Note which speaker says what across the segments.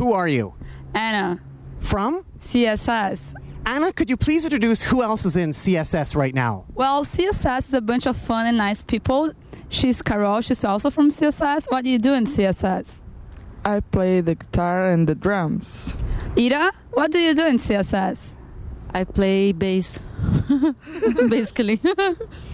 Speaker 1: are you?
Speaker 2: Anna,
Speaker 1: From?
Speaker 2: CSS.
Speaker 1: Anna, could you please introduce who else is in CSS right now?
Speaker 2: Well, CSS is a bunch of fun and nice people. She's Carol. She's also from CSS. What do you do in CSS?
Speaker 3: I play the guitar and the drums.
Speaker 2: Ida, what do you do in CSS?
Speaker 4: I play bass, basically.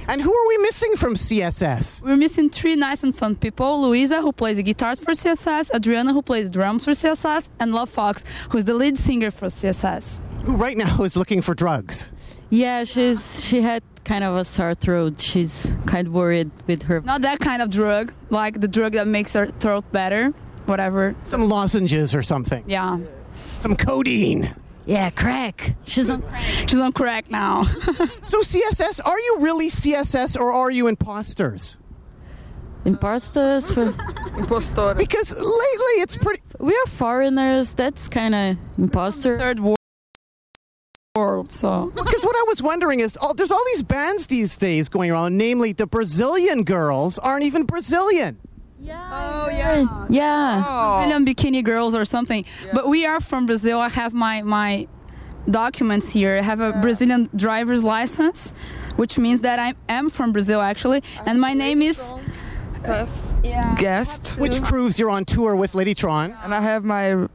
Speaker 1: And who are we missing from CSS?
Speaker 2: We're missing three nice and fun people Luisa, who plays the guitars for CSS, Adriana, who plays drums for CSS, and Love Fox, who's the lead singer for CSS.
Speaker 1: Who right now is looking for drugs?
Speaker 4: yeah, she's she had kind of a sore throat. She's kind of worried with her.
Speaker 2: Not that kind of drug, like the drug that makes our throat better, whatever.
Speaker 1: Some lozenges or something.
Speaker 2: Yeah.
Speaker 1: Some codeine.
Speaker 4: Yeah, crack. She's on crack.
Speaker 2: She's on crack now.
Speaker 1: So, CSS, are you really CSS or are you imposters?
Speaker 4: Imposters. For,
Speaker 3: Impostor.
Speaker 1: Because lately it's pretty.
Speaker 4: we are foreigners. That's kind of imposter.
Speaker 2: Third wor- world, so.
Speaker 1: Because what I was wondering is all, there's all these bands these days going around, namely the Brazilian girls aren't even Brazilian.
Speaker 2: Oh, yeah.
Speaker 4: Yeah.
Speaker 2: Brazilian bikini girls or something. But we are from Brazil. I have my my documents here. I have a Brazilian driver's license, which means that I am from Brazil actually, and my name is
Speaker 3: Guest.
Speaker 1: Which proves you're on tour with Ladytron.
Speaker 3: And I have my.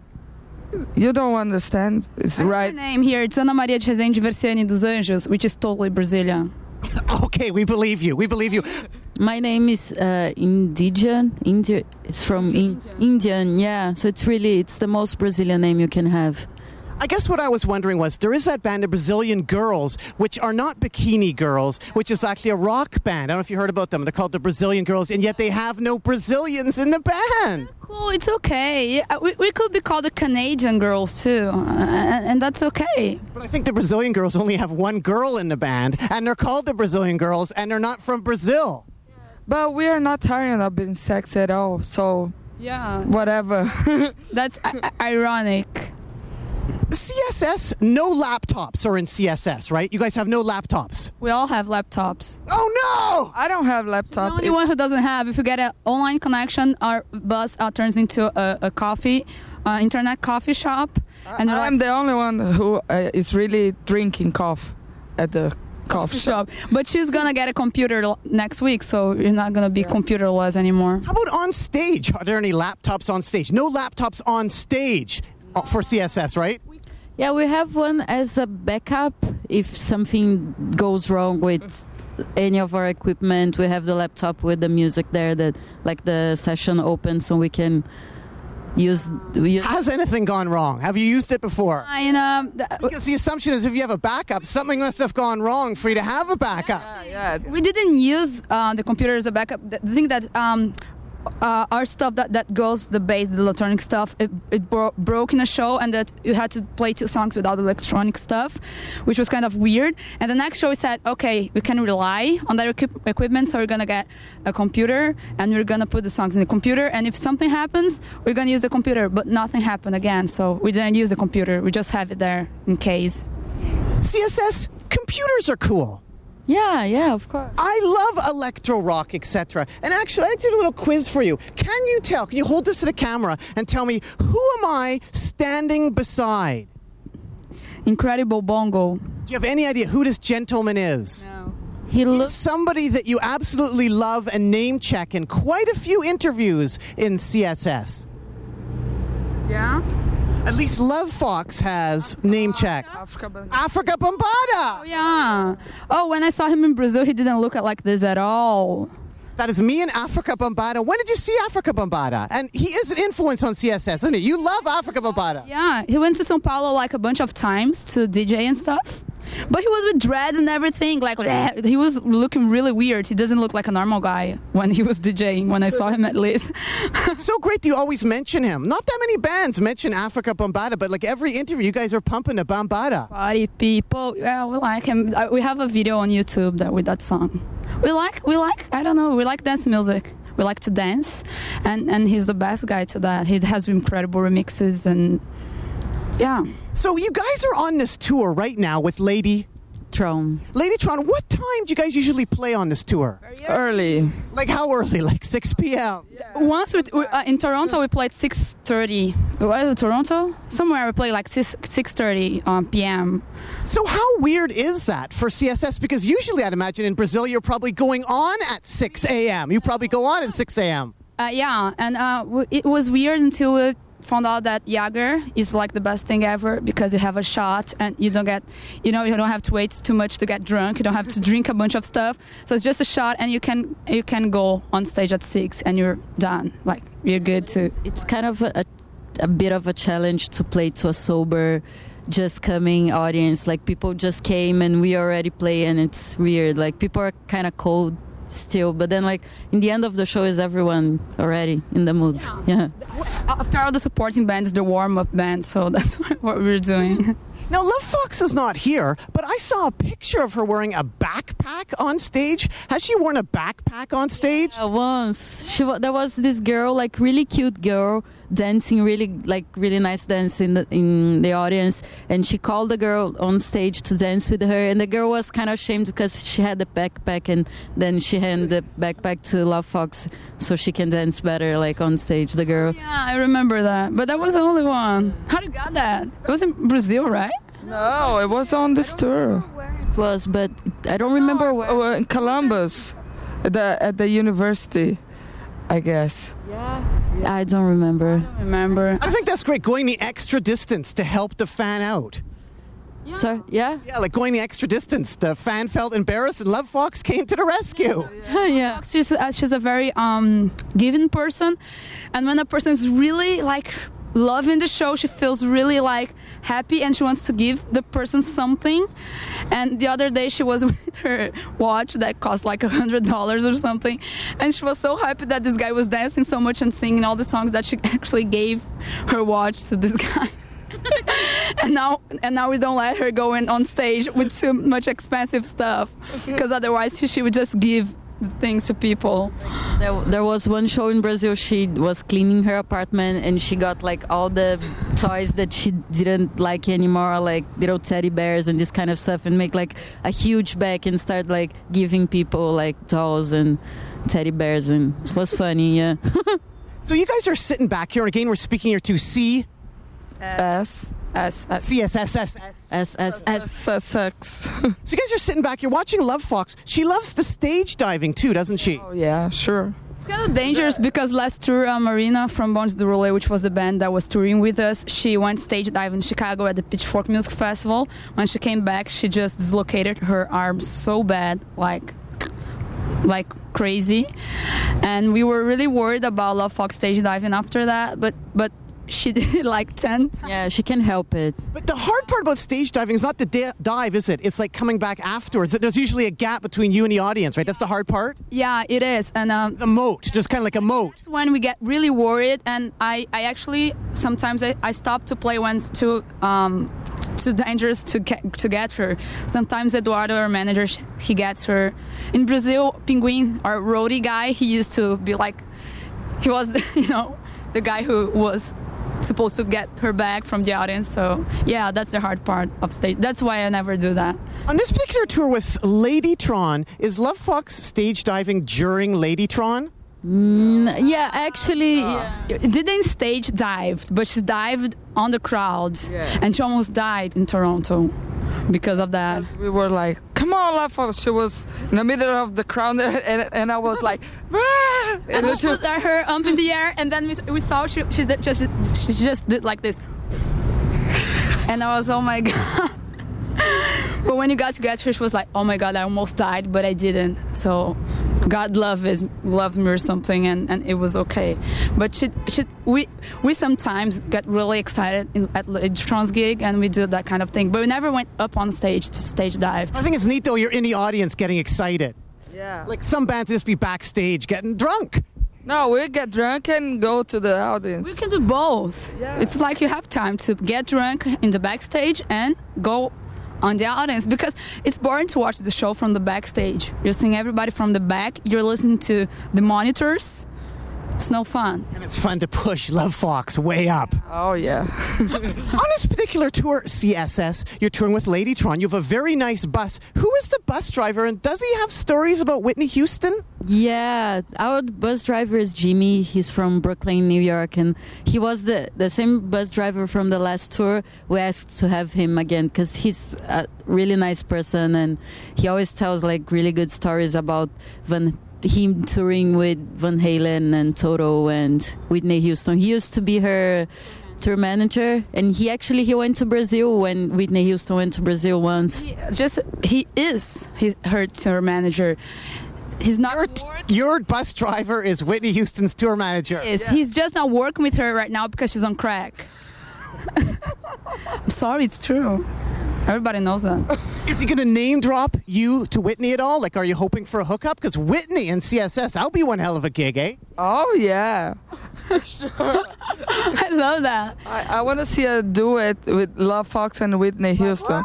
Speaker 3: You don't understand. It's
Speaker 2: my
Speaker 3: right.
Speaker 2: name here. It's Ana Maria de Rezende Versiani dos Anjos, which is totally Brazilian.
Speaker 1: Okay, we believe you. We believe you.
Speaker 4: My name is uh, Indian. India. It's from in, Indian. Yeah. So it's really it's the most Brazilian name you can have.
Speaker 1: I guess what I was wondering was there is that band of Brazilian girls, which are not bikini girls, which is actually a rock band. I don't know if you heard about them. They're called the Brazilian Girls, and yet they have no Brazilians in the band.
Speaker 2: Cool. It's okay. Yeah, We, we could be called the Canadian girls too, uh, and, and that's okay.
Speaker 1: But I think the Brazilian Girls only have one girl in the band, and they're called the Brazilian Girls, and they're not from Brazil.
Speaker 3: But we are not tired of being sex at all. So
Speaker 2: Yeah.
Speaker 3: whatever.
Speaker 2: That's I- I- ironic.
Speaker 1: CSS, no laptops are in CSS, right? You guys have no laptops.
Speaker 2: We all have laptops.
Speaker 1: Oh no!
Speaker 3: I don't have laptop.
Speaker 2: The only
Speaker 3: If-
Speaker 2: one who doesn't have, if you get an online connection, our bus uh, turns into a, a coffee, uh, internet coffee shop, and they're
Speaker 3: I'm
Speaker 2: like,
Speaker 3: the only one who uh, is really drinking cough at the cough
Speaker 2: coffee
Speaker 3: shop.
Speaker 2: shop. But she's gonna get a computer l- next week, so you're not gonna be computerless anymore.
Speaker 1: How about on stage? Are there any laptops on stage? No laptops on stage uh, for CSS, right?
Speaker 4: Yeah, we have one as a backup if something goes wrong with any of our equipment. We have the laptop with the music there that like the session open so we can use we use
Speaker 1: Has anything gone wrong? Have you used it before?
Speaker 2: I um, th-
Speaker 1: Because the assumption is if you have a backup, something must have gone wrong for you to have a backup.
Speaker 3: Yeah.
Speaker 2: we didn't use uh, the computer as a backup. The the thing that um, uh, our stuff that, that goes the bass, the electronic stuff, it, it bro- broke in a show, and that you had to play two songs without electronic stuff, which was kind of weird. And the next show we said, okay, we can rely on that equip- equipment, so we're gonna get a computer and we're gonna put the songs in the computer. And if something happens, we're gonna use the computer. But nothing happened again, so we didn't use the computer. We just have it there in case.
Speaker 1: CSS, computers are cool.
Speaker 4: Yeah, yeah, of course.
Speaker 1: I love electro rock, etc. And actually, I did a little quiz for you. Can you tell? Can you hold this to the camera and tell me who am I standing beside?
Speaker 2: Incredible bongo.
Speaker 1: Do you have any idea who this gentleman is?
Speaker 4: He looks
Speaker 1: Somebody that you absolutely love and name check in quite a few interviews in CSS.
Speaker 2: Yeah.
Speaker 1: At least Love Fox has name checked. Africa Bombada!
Speaker 2: Yeah. Oh, when I saw him in Brazil, he didn't look like this at all.
Speaker 1: That is me and Africa Bombada. When did you see Africa Bombada? And he is an influence on CSS, isn't he? You love Africa Bombada.
Speaker 2: Yeah, he went to São Paulo like a bunch of times to DJ and stuff. But he was with dreads and everything. Like bleh. he was looking really weird. He doesn't look like a normal guy when he was DJing. When I saw him at least.
Speaker 1: It's so great that you always mention him. Not that many bands mention Africa Bombada, but like every interview, you guys are pumping the Bombada.
Speaker 2: Party people. Yeah, we like him. Uh, We have a video on YouTube that with that song. We like we like I don't know. We like dance music. We like to dance, and and he's the best guy to that. He has incredible remixes and yeah.
Speaker 1: So you guys are on this tour right now with Lady
Speaker 4: Ladytron.
Speaker 1: Ladytron, what time do you guys usually play on this tour?
Speaker 3: Early.
Speaker 1: Like how early? Like 6 p.m.
Speaker 2: Once we, we, uh, in Toronto, we played 6:30. Well, Toronto, somewhere we played like 6 6:30 um, p.m.
Speaker 1: So how weird is that for CSS? Because usually, I'd imagine in Brazil, you're probably going on at 6 a.m. You probably go on at 6 a.m.
Speaker 2: Uh, yeah, and uh, w- it was weird until we found out that Jagger is like the best thing ever because you have a shot and you don't get, you know, you don't have to wait too much to get drunk. You don't have to drink a bunch of stuff. So it's just a shot, and you can you can go on stage at six, and you're done. Like you're good to.
Speaker 4: It's kind of a, a bit of a challenge to play to a sober, just coming audience. Like people just came and we already play, and it's weird. Like people are kind of cold still, but then like in the end of the show is everyone already in the mood.
Speaker 2: Yeah.
Speaker 4: yeah.
Speaker 2: After all, the supporting band is the warm-up band, so that's what we're doing.
Speaker 1: Now, Love Fox is not here, but I saw a picture of her wearing a backpack on stage. Has she worn a backpack on stage?
Speaker 4: Uh, once she wa- there was this girl, like really cute girl, dancing really like really nice dance in the, in the audience, and she called the girl on stage to dance with her, and the girl was kind of ashamed because she had the backpack, and then she handed the backpack to Love Fox so she can dance better like on stage. The girl.
Speaker 2: yeah, I remember that, but that was the only one. How did you got that? It was in Brazil, right?
Speaker 3: No, it was on this tour.
Speaker 4: It was, but I don't remember where.
Speaker 3: Oh, in Columbus, at the, at the university, I guess.
Speaker 4: I don't remember.
Speaker 2: I remember.
Speaker 1: I think that's great, going the extra distance to help the fan out.
Speaker 4: So yeah,
Speaker 1: Yeah, like going the extra distance. The fan felt embarrassed and Love Fox came to the rescue.
Speaker 4: yeah.
Speaker 2: She's, uh, she's a very um, giving person, and when a person is really like loving the show, she feels really like happy and she wants to give the person something. And the other day, she was with her watch that cost like a hundred dollars or something, and she was so happy that this guy was dancing so much and singing all the songs that she actually gave her watch to this guy. and now and now we don't let her go in on stage with too much expensive stuff because otherwise she would just give things to people
Speaker 4: There, there was one show in Brazil. She was cleaning her apartment and she got like all the toys that she didn't like anymore, like little teddy bears and this kind of stuff, and make like a huge bag and start like giving people like dolls and teddy bears, and it was funny. Yeah,
Speaker 1: So you guys are sitting back here, and again, we're speaking here to C,
Speaker 3: S.
Speaker 2: as, as
Speaker 1: CSSSS.
Speaker 4: as as as
Speaker 3: Sussex.
Speaker 1: So you guys are sitting back here watching Love Fox. She loves the stage diving too, doesn't she?
Speaker 3: Oh, yeah, sure.
Speaker 2: It's kind of dangerous because last tour, uh, Marina from Bonds du Roulet, which was the band that was touring with us, she went stage dive in Chicago at the Pitchfork Music Festival. When she came back, she just dislocated her arm so bad, like like crazy, and we were really worried about Love Fox stage diving after that. But but she did it like ten times.
Speaker 4: yeah, she can help it.
Speaker 1: But the hard part about stage diving is not the da- dive, is it? It's like coming back afterwards. There's usually a gap between you and the audience, right? That's the hard part.
Speaker 2: Yeah, it is, and um,
Speaker 1: The moat, just kind of like a moat.
Speaker 2: that's when we get really worried and i, I actually sometimes I, I stop to play when it's too um, t- too dangerous to get, to get her sometimes eduardo our manager sh- he gets her in brazil pinguin our roadie guy he used to be like he was you know the guy who was supposed to get her back from the audience so yeah that's the hard part of stage that's why i never do that
Speaker 1: On this particular tour with Ladytron, is Love Fox stage diving during Ladytron?
Speaker 4: N- Mm, Yeah, actually, yeah.
Speaker 2: didn't stage dive, but she dived on the crowd,
Speaker 3: Yeah.
Speaker 2: and she almost died in Toronto because of that.
Speaker 3: We were like, come on, La Fox. She was in the middle of the crowd, and, and I was like, "Ah!"
Speaker 2: And
Speaker 3: then
Speaker 2: she put her up in the air, and then we, we saw she, she did just she just did like this, and I was oh my god. But when you got to get her, she was like, "Oh my God, I almost died, but I didn't." So, God love is loves me or something, and, and it was okay. But she, she, we we sometimes get really excited in, at Trans gig, and we do that kind of thing. But we never went up on stage to stage dive.
Speaker 1: I think it's neat though, you're in the audience getting excited.
Speaker 3: yeah.
Speaker 1: Like some bands just be backstage getting drunk.
Speaker 3: no, we get drunk and go to the audience.
Speaker 2: We can do both.
Speaker 3: Yeah.
Speaker 2: It's like you have time to get drunk in the backstage and go on the audience because it's boring to watch the show from the backstage. You're seeing everybody from the back, you're listening to the monitors. It's no fun.
Speaker 1: And it's fun to push Love Fox way up.
Speaker 3: Oh yeah.
Speaker 1: On this particular tour, CSS, you're touring with Ladytron. You have a very nice bus. Who is the bus driver, and does he have stories about Whitney Houston?
Speaker 4: Yeah, our bus driver is Jimmy. He's from Brooklyn, New York, and he was the the same bus driver from the last tour. We asked to have him again because he's a really nice person, and he always tells like really good stories about Van him touring with Van Halen and Toto and Whitney Houston. He used to be her tour manager, and he actually he went to Brazil when Whitney Houston went to Brazil once.
Speaker 2: Just he is his, her tour manager. He's not. working-
Speaker 1: Your bus driver is Whitney Houston's tour manager.
Speaker 2: is. He's just not working with her right now because she's on crack. I'm sorry, it's true. Everybody knows that.
Speaker 1: Is he going to name drop you to Whitney at all? Like, are you hoping for a hookup? Because Whitney and CSS, that'll be one hell of a gig, eh?
Speaker 3: Oh yeah.
Speaker 2: I love that.
Speaker 3: I, I want to see a duet with Love Fox and Whitney Houston.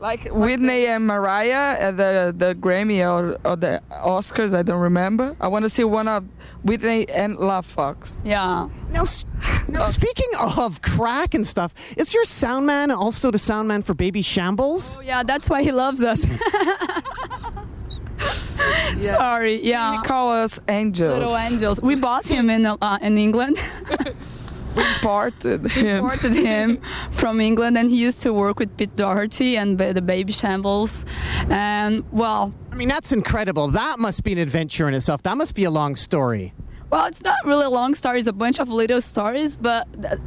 Speaker 3: Like Whitney and Mariah at the the Grammy or, or the Oscars, I don't remember. I want to see one of Whitney and Love Fox.
Speaker 2: Yeah.
Speaker 1: Now, s- now speaking of crack and stuff, is your sound man also the sound man for Baby Shambles?
Speaker 2: Oh, yeah, that's why he loves us. Sorry, yeah.
Speaker 3: He call us angels.
Speaker 2: Little angels. We bought him in uh, in England,
Speaker 3: Imported him.
Speaker 2: imported him from England, and he used to work with Pete Doherty and ba- the Baby Shambles. And well,
Speaker 1: I mean, that's incredible. That must be an adventure in itself. That must be a long story.
Speaker 2: Well, it's not really a long story. It's a bunch of little stories, but th-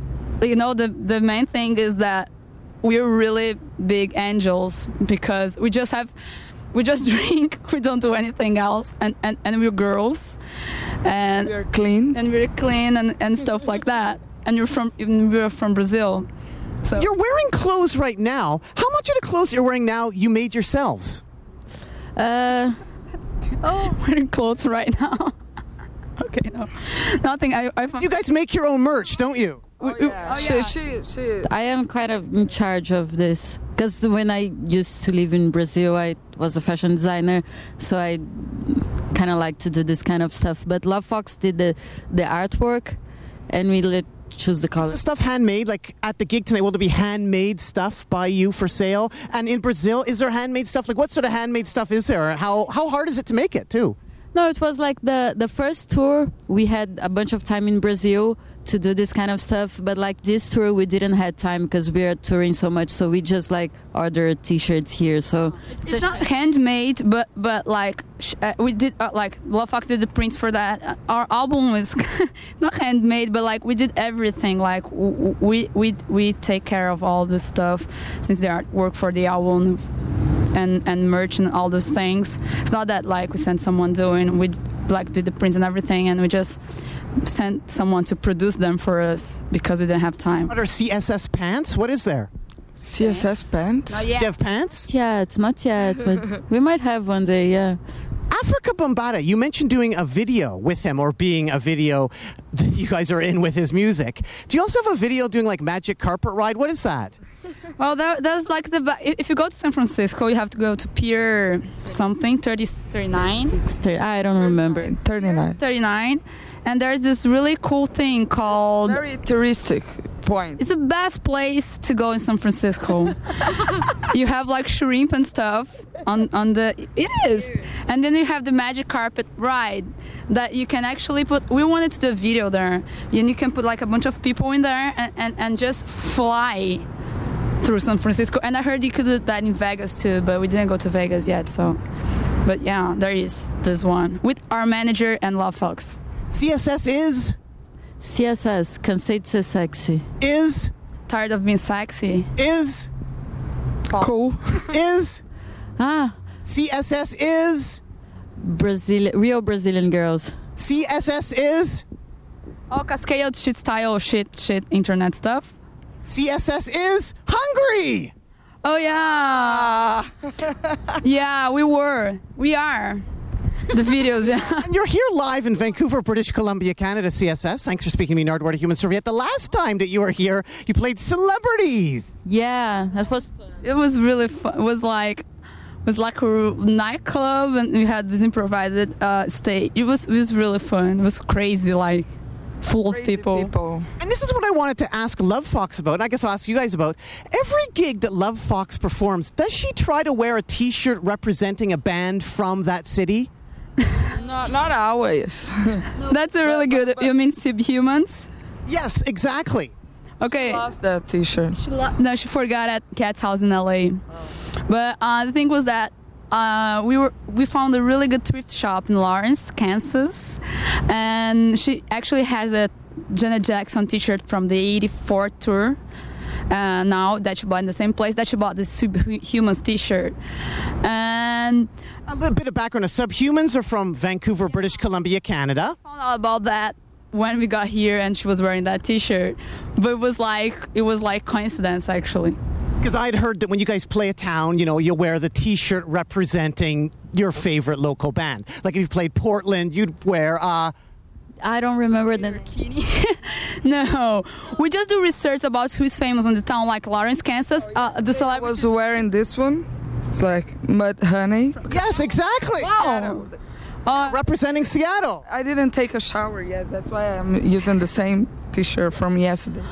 Speaker 2: you know, the the main thing is that we're really big angels because we just have we just drink, we don't do anything else, and and, and we're girls, and
Speaker 3: You're clean.
Speaker 2: and we're clean and, and stuff like that. And you're from and we're from Brazil, so
Speaker 1: You're wearing clothes right now. How much of the clothes you're wearing now you made yourselves?
Speaker 4: Uh,
Speaker 3: Oh.
Speaker 2: wearing clothes right now. okay, no, nothing. I I found
Speaker 1: You guys make your own merch, don't you?
Speaker 3: Oh, yeah. She, she, she.
Speaker 4: I am kind of in charge of this because when I used to live in Brazil, I was a fashion designer, so I kind of like to do this kind of stuff. But Love Fox did the the artwork, and we let choose the
Speaker 1: Is the
Speaker 4: colors.
Speaker 1: stuff handmade? Like at the gig tonight, will there be handmade stuff by you for sale? And in Brazil, is there handmade stuff? Like what sort of handmade stuff is there? How how hard is it to make it too?
Speaker 4: No, it was like the the first tour we had a bunch of time in Brazil to do this kind of stuff, but like this tour we didn't have time because we are touring so much, so we just like ordered t-shirts here. So
Speaker 2: It's not handmade, but but like sh- uh, we did uh, like Love Fox did the prints for that. Uh, Our album was not handmade, but like we did everything. Like w- w- we we we take care of all the stuff since the artwork for the album and and merch and all those things. It's not that like we sent someone doing. We d- like did the prints and everything, and we just sent someone to produce them for us because we didn't have time.
Speaker 1: What are CSS pants? What is there?
Speaker 3: CSS pants.
Speaker 2: Yeah.
Speaker 1: Do you have pants?
Speaker 4: yeah, it's not yet, but we might have one day. Yeah.
Speaker 1: Africa Bombata, you mentioned doing a video with him or being a video that you guys are in with his music. Do you also have a video doing like Magic Carpet Ride? What is that?
Speaker 2: Well, that, that's like the. ba- If you go to San Francisco, you have to go to Pier something, 30, 39.
Speaker 4: It's thir- I don't remember.
Speaker 3: 39.
Speaker 2: 39. And there's this really cool thing called.
Speaker 3: Very touristic point.
Speaker 2: It's the best place to go in San Francisco. you have like shrimp and stuff on, on the. It is. And then you have the magic carpet ride that you can actually put. We wanted to do a video there. And you can put like a bunch of people in there and, and, and just fly through San Francisco. And I heard you could do that in Vegas too, but we didn't go to Vegas yet. So. But yeah, there is this one with our manager and Love Fox.
Speaker 1: CSS is
Speaker 4: CSS, cansei de ser sexy.
Speaker 1: is
Speaker 2: Tired of being sexy.
Speaker 1: is
Speaker 3: Cool.
Speaker 1: is
Speaker 4: Ah,
Speaker 1: CSS is
Speaker 4: Brazil, real Brazilian girls.
Speaker 1: CSS is
Speaker 2: All Oh, cascade shit style shit shit internet stuff.
Speaker 1: CSS is hungry.
Speaker 2: Oh yeah, yeah. We were, we are. The videos, yeah.
Speaker 1: And you're here live in Vancouver, British Columbia, Canada, CSS. Thanks for speaking to me, Nardwuar, Human Serviette. The last time that you were here, you played celebrities.
Speaker 4: Yeah, that was fun.
Speaker 2: It was really fun. It was like was like a nightclub, and we had this improvised uh, stage. It was it was really fun. It was crazy, like full
Speaker 3: Crazy
Speaker 2: of people.
Speaker 3: people.
Speaker 1: And this is what I wanted to ask Love Fox about, and I guess I'll ask you guys about. Every gig that Love Fox performs, does she try to wear a t shirt representing a band from that city?
Speaker 3: Not, not always.
Speaker 2: That's a really good. You mean subhumans?
Speaker 1: Yes, exactly.
Speaker 2: Okay.
Speaker 3: Lost that T-shirt.
Speaker 2: She lo- no, she forgot at Cat's house in LA. But uh, the thing was that uh, we were we found a really good thrift shop in Lawrence, Kansas, and she actually has a Janet Jackson T-shirt from the '84 tour. Uh, now that she bought in the same place that she bought this Subhumans T-shirt, and
Speaker 1: A little bit of background. The Subhumans are from Vancouver, British Columbia, Canada.
Speaker 2: found out about that when we got here, and she was wearing that T-shirt. But it was like it was like coincidence actually.
Speaker 1: Because I'd heard that when you guys play a town, you know, you wear the t shirt representing your favorite local band. Like if you played Portland, you'd wear, uh,
Speaker 4: I don't remember the.
Speaker 2: No, we just do research about who's famous in the town, like Lawrence, Kansas. Uh, the
Speaker 3: I
Speaker 2: celebrity.
Speaker 3: was wearing this one. It's like mud honey.
Speaker 1: yes, exactly.
Speaker 2: Wow. Uh,
Speaker 1: Representing Seattle.
Speaker 3: I didn't take a shower yet. That's why I'm using the same T-shirt from yesterday.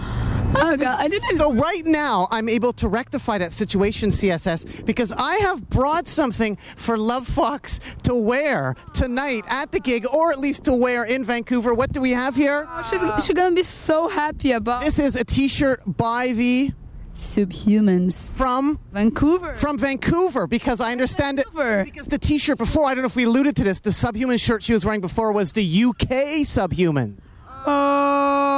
Speaker 2: oh god, I didn't.
Speaker 1: So right now, I'm able to rectify that situation, CSS, because I have brought something for Love Fox to wear tonight at the gig, or at least to wear in Vancouver. What do we have here?
Speaker 2: she's she's gonna be so happy about
Speaker 1: This is a T-shirt by the
Speaker 2: subhumans,
Speaker 1: from
Speaker 2: Vancouver.
Speaker 1: from Vancouver because I understand it.
Speaker 2: Vancouver.
Speaker 1: Because the T-shirt before, I don't know if we alluded to this, the subhuman shirt she was wearing before was the UK subhuman.
Speaker 3: Oh.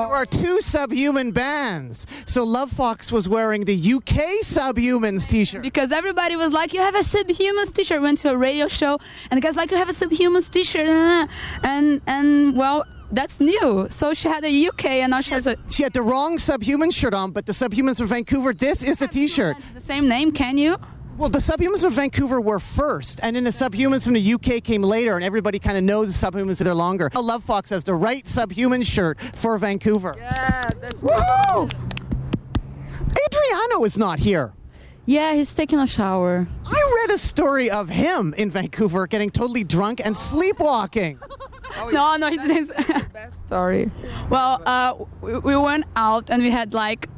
Speaker 2: Oh.
Speaker 1: There are two subhuman bands, so Love Fox was wearing the UK subhumans T-shirt.
Speaker 2: because everybody was like, "You have a subhumans T-shirt." Went to a radio show, and the guys like, "You have a subhumans T-shirt," uh, and and well, that's new. So she had a UK, and now she has a
Speaker 1: She had the wrong subhuman shirt on, but the subhumans from Vancouver, this is the t shirt.
Speaker 2: the same name. Can you?
Speaker 1: Well, the subhumans from Vancouver were first, and then the subhumans from the UK came later, and everybody kind of knows the subhumans that are longer. Now, Love Fox has the right subhuman shirt for Vancouver.
Speaker 3: Yeah, that's
Speaker 2: Woo!
Speaker 1: Adriano is not here.
Speaker 4: Yeah, he's taking a shower.
Speaker 1: I read a story of him in Vancouver getting totally drunk and sleepwalking.
Speaker 2: No, no, he didn't.
Speaker 3: best story.
Speaker 2: Well, uh, we, we went out and we had like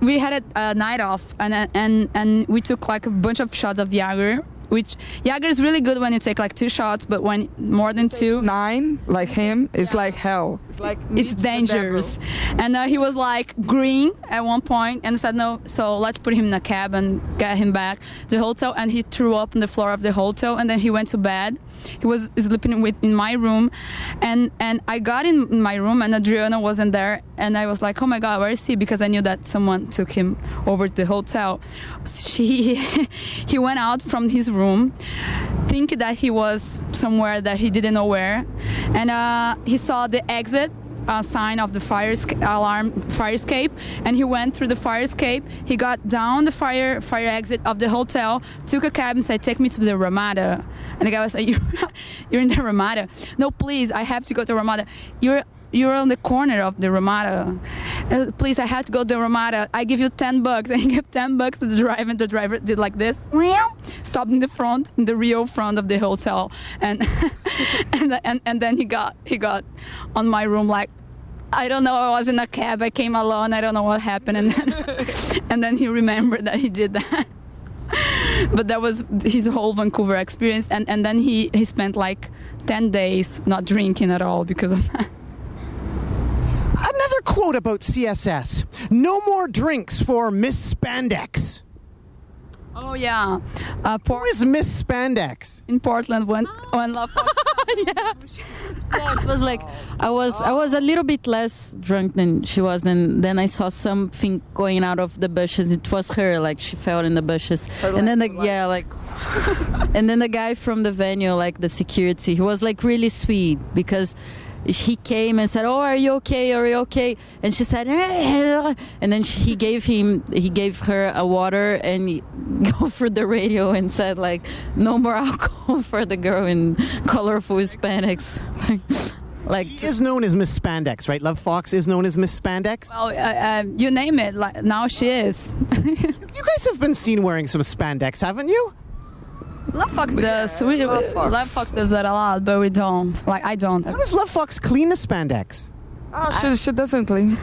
Speaker 2: we had a, a night off and and and we took like a bunch of shots of Jagger, which Jagger is really good when you take like two shots, but when more than two,
Speaker 3: Nine, like him, it's like hell. It's like
Speaker 2: it's dangerous. And uh, he was like green at one point and said no, so let's put him in a cab and get him back to the hotel. And he threw up on the floor of the hotel and then he went to bed. He was sleeping with in my room, and and I got in my room and Adriana wasn't there. And I was like, oh my god, where is he? Because I knew that someone took him over to the hotel. She he went out from his room thinking that he was somewhere that he didn't know where and uh, he saw the exit a sign of the fire esca- alarm fire escape and he went through the fire escape he got down the fire fire exit of the hotel took a cab and said take me to the ramada and the guy was like you, you're in the ramada no please i have to go to ramada you're you're on the corner of the Ramada. Uh, please, I have to go to the Ramada. I give you 10 bucks. And he gave 10 bucks to the driver, and the driver did like this. Meow. Stopped in the front, in the real front of the hotel. And, and, and, and then he got, he got on my room like, I don't know, I was in a cab, I came alone, I don't know what happened. And then, and then he remembered that he did that. But that was his whole Vancouver experience. And, and then he, he spent like 10 days not drinking at all because of that.
Speaker 1: Another quote about CSS No more drinks for Miss Spandex.
Speaker 2: Oh yeah, uh, Port-
Speaker 1: Who is Miss Spandex?
Speaker 2: in Portland when when Love Fox
Speaker 4: yeah, it was like I was I was a little bit less drunk than she was, and then I saw something going out of the bushes. It was her, like she fell in the bushes, and then the yeah, like, and then the guy from the venue, like the security, he was like really sweet because. He came and said, "Oh, are you okay? Are you okay?" And she said, "Eh, hello." and then she, he gave him, he gave her a water and he go through the radio and said like, "No more alcohol for the girl in colorful Hispanics." like
Speaker 1: She is known as Miss Spandex, right? Love Fox is known as Miss Spandex.
Speaker 2: oh uh, um, you name it like now she is
Speaker 1: You guys have been seen wearing some spandex, haven't you?
Speaker 2: Love Fox does. we,
Speaker 3: Love
Speaker 2: Love,
Speaker 3: Fox.
Speaker 2: Fox. does that a lot, but we don't. Like I don't.
Speaker 1: How does Love Fox clean the spandex?
Speaker 3: Oh, she, she doesn't clean.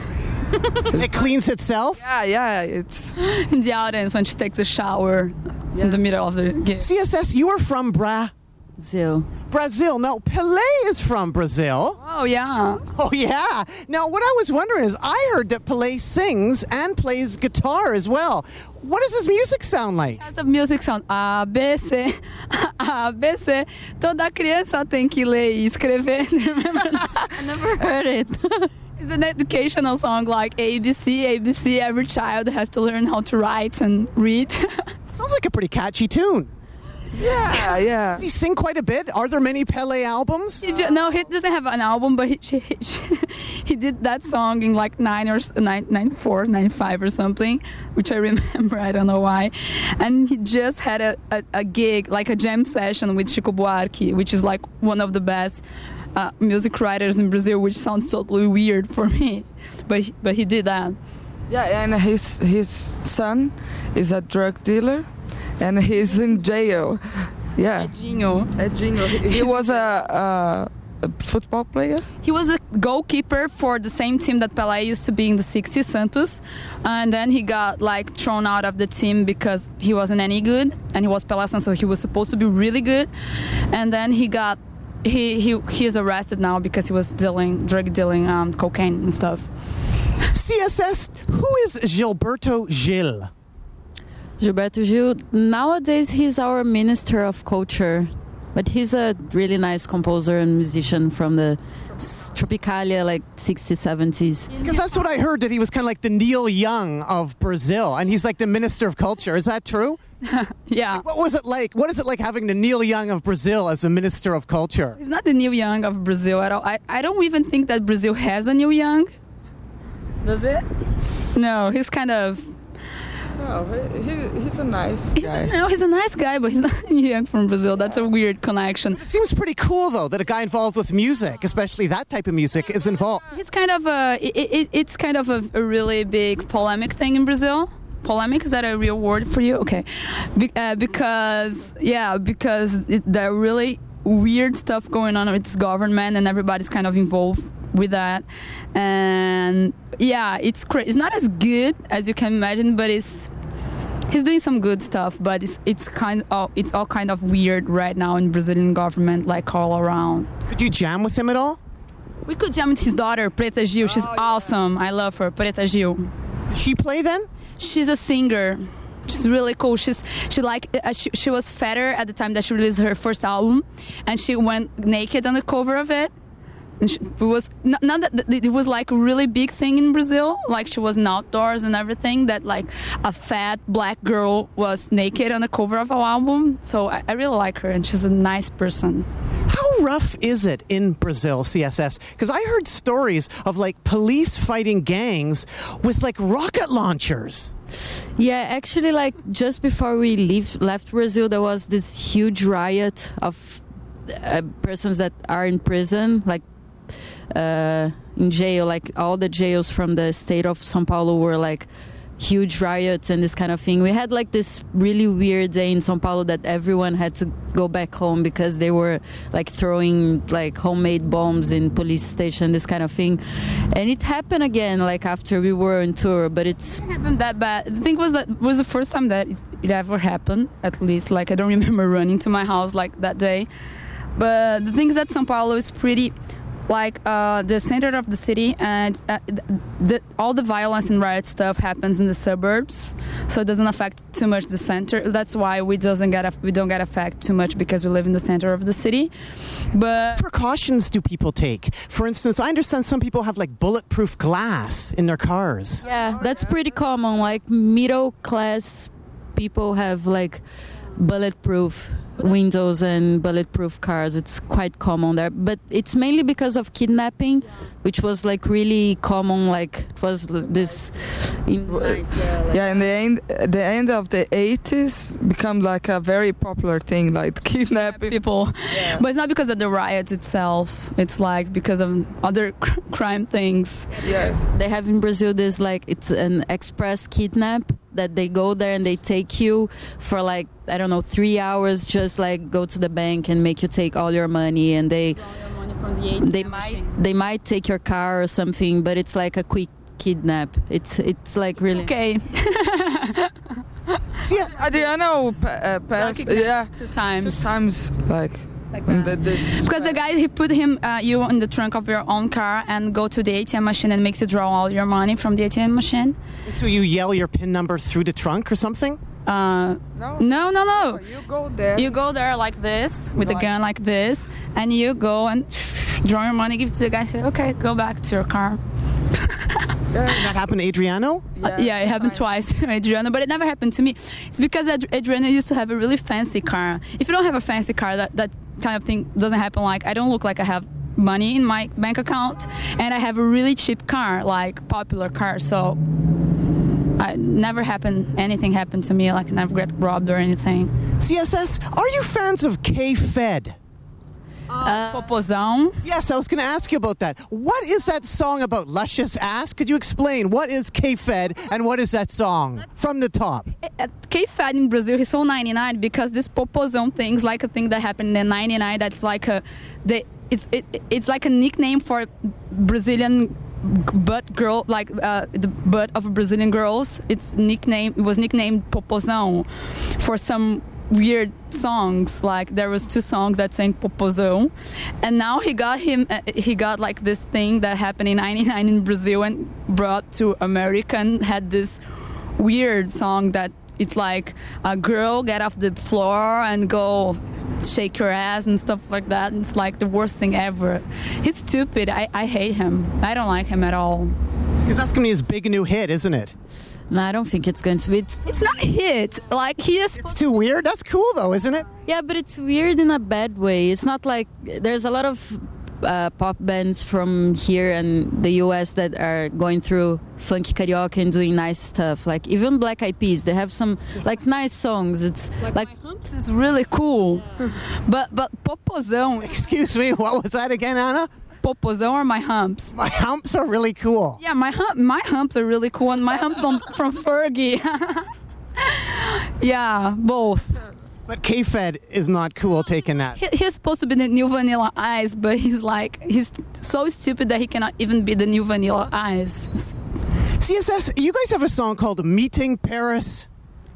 Speaker 1: It cleans itself?
Speaker 3: Yeah, yeah, it's
Speaker 2: In the audience when she takes a shower in the middle of the game.
Speaker 1: CSS, you are from Bra.
Speaker 4: Zil.
Speaker 1: Brazil. Now, Pelé is from Brazil.
Speaker 2: Oh yeah.
Speaker 1: Oh, yeah. Now, what I was wondering is I heard that Pelé sings and plays guitar as well. What does his music sound like?
Speaker 2: Essa music sound ABC, ABC. Toda criança tem que ler e escrever. Remember that?
Speaker 4: I never heard it.
Speaker 2: It's an educational song like ABC, ABC. Every child has to learn how to write and read.
Speaker 1: Sounds like a pretty catchy tune.
Speaker 3: yeah, yeah.
Speaker 1: Does he sing quite a bit? Are there many Pelé albums?
Speaker 2: He ju- no, he doesn't have an album, but he, she, he, she, he did that song in like nine or s- nine, nine four, nine five or something, which I remember. I don't know why. And he just had a, a, a gig, like a jam session with Chico Buarque, which is like one of the best uh, music writers in Brazil, which sounds totally weird for me, but he- but he did that.
Speaker 3: Yeah, and his his son is a drug dealer, and he's in jail. Yeah,
Speaker 2: Gino.
Speaker 3: Gino. He was a, a, a football player.
Speaker 2: He was a goalkeeper for the same team that Pelé used to be in the 60s, Santos. And then he got like thrown out of the team because he wasn't any good. And he was Pelé, and so he was supposed to be really good. And then he got, he, he, he is arrested now because he was dealing, drug dealing um, cocaine and stuff.
Speaker 1: CSS, who is Gilberto Gil?
Speaker 4: Gilberto Gil, nowadays he's our Minister of Culture, but he's a really nice composer and musician from the s- Tropicalia, like 60s, 70s.
Speaker 1: Because that's what I heard that he was kind of like the Neil Young of Brazil, and he's like the Minister of Culture. Is that true?
Speaker 2: Yeah.
Speaker 1: What was it like? What is it like having the Neil Young of Brazil as a Minister of Culture?
Speaker 2: He's not the new young of Brazil at all. I, I don't even think that Brazil has a new young. Does it? No, he's kind of.
Speaker 3: No, he, he, he's a nice guy.
Speaker 2: No, he's a nice guy, but he's not young from Brazil. That's a weird connection.
Speaker 1: It seems pretty cool though that a guy involved with music, especially that type of music, is involved.
Speaker 2: It's kind of a it, it, it's kind of a, a really big polemic thing in Brazil. Polemic is that a real word for you? Okay, Be, uh, because yeah, because it, there are really weird stuff going on with this government, and everybody's kind of involved with that. And yeah, it's cra- it's not as good as you can imagine, but it's he's doing some good stuff. But it's it's kind of it's all kind of weird right now in Brazilian government, like all around.
Speaker 1: Could you jam with him at all?
Speaker 2: We could jam with his daughter, Preta Gil. She's awesome. I love her, Preta Gil.
Speaker 1: Does she play then?
Speaker 2: She's a singer. She's really cool. She's she like uh, she, she was fatter at the time that she released her first album, and she went naked on the cover of it. And she, it was not, not that that it was like a really big thing in Brazil. Like she was in outdoors and everything. That like a fat black girl was naked on the cover of our album. So I, I really like her, and she's a nice person.
Speaker 1: How rough is it in Brazil, CSS? Because I heard stories of like police fighting gangs with like rocket launchers.
Speaker 4: Yeah, actually, like just before we leave, left Brazil, there was this huge riot of uh, persons that are in prison, like uh, in jail. Like all the jails from the state of São Paulo were like huge riots and this kind of thing. We had like this really weird day in São Paulo that everyone had to go back home because they were like throwing like homemade bombs in police station, this kind of thing. And it happened again like after we were on tour, but it's
Speaker 2: happened that bad. The thing was that was the first time that it, it ever happened. At least, like I don't remember running to my house like that day. But the thing is that São Paulo is pretty, like uh, the center of the city, and uh, the, all the violence and riot stuff happens in the suburbs, so it doesn't affect too much the center. That's why we doesn't get aff- we don't get affected too much because we live in the center of the city. But
Speaker 1: Precautions do people take? For instance, I understand some people have like bulletproof glass in their cars.
Speaker 4: Yeah, that's pretty common. Like middle class people have like bulletproof windows and bulletproof cars. It's quite common there, but it's mainly because of kidnapping, which was like really common. Like it was l- this. In yeah, like-
Speaker 3: Yeah, in the end, the end of the 80s become like a very popular thing, like kidnapping.
Speaker 2: people. But it's not because of the riots itself. It's like because of other cr- crime things.
Speaker 3: Yeah,
Speaker 4: They have in Brazil this like it's an express kidnap. that they go there and they take you for like I don't know three hours, just like go to the bank and make you take all your money, and they they might they might take your car or something, but it's like a quick kidnap. It's it's like really
Speaker 2: Okay,
Speaker 1: See, uh,
Speaker 3: Adriana pa- uh, passed.
Speaker 2: Lucky
Speaker 3: yeah,
Speaker 2: two times.
Speaker 3: two times. Like, and the, this.
Speaker 2: Because the guy he put him uh, you in the trunk of your own car and go to the ATM machine and makes you draw all your money from the ATM machine.
Speaker 1: so you yell your pin number through the trunk or something?
Speaker 2: Uh,
Speaker 3: No.
Speaker 2: no, no, no.
Speaker 3: You go there.
Speaker 2: You go there like this with a gun like this, and you go and draw your money, give it to the guy. Say, okay, go back to your car.
Speaker 1: That happened to Adriano?
Speaker 2: Uh, Yeah, it happened twice, to Adriana, but it never happened to me. It's because Ad- Adriana used to have a really fancy car. If you don't have a fancy car, that, that kind of thing doesn't happen. Like, I don't look like I have money in my bank account, and I have a really cheap car, like popular car. So, I never happened. Anything happened to me. Like, never get robbed or anything.
Speaker 1: CSS, are you fans of K Fed?
Speaker 2: Popozão.
Speaker 1: Yes, I was going to ask you about that. What is that song about luscious ass? Could you explain what is K Fed and what is that song from the top?
Speaker 2: at K-Fed in Brazil, he's so 99 because this popozão thing is like a thing that happened in 99 that's like a, they, it's, it, it's like a nickname for Brazilian butt girl, like uh, the butt of Brazilian girls. It's nickname, it was nicknamed popozão for some weird songs like there was two songs that sang popozão and now he got him uh, he got like this thing that happened in 99 in brazil and brought to america and had this weird song that it's like a girl get off the floor and go shake your ass and stuff like that. It's like the worst thing ever. He's stupid. I, I hate him. I don't like him at all.
Speaker 1: Because that's going to be his big new hit, isn't it?
Speaker 4: No, I don't think it's going to be. It's,
Speaker 2: It's not a hit. Like he just
Speaker 1: It's too weird. That's cool though, isn't it?
Speaker 4: yeah, but it's weird in a bad way. It's not like there's a lot of uh, pop bands from here and the U.S. that are going through funky karaoke and doing nice stuff. Like even Black Eyed Peas, they have some like nice songs. It's like,
Speaker 2: this is really cool. But but popozão,
Speaker 1: Excuse me, what was that again, Anna?
Speaker 2: popozão are my humps.
Speaker 1: My humps are really cool.
Speaker 2: Yeah, my hump, my humps are really cool, and my humps from, from Fergie. yeah, both.
Speaker 1: But K Fed is not cool taking that.
Speaker 2: He, he's supposed to be the new Vanilla Ice, but he's like he's so stupid that he cannot even be the new Vanilla Ice.
Speaker 1: CSS, you guys have a song called Meeting Paris.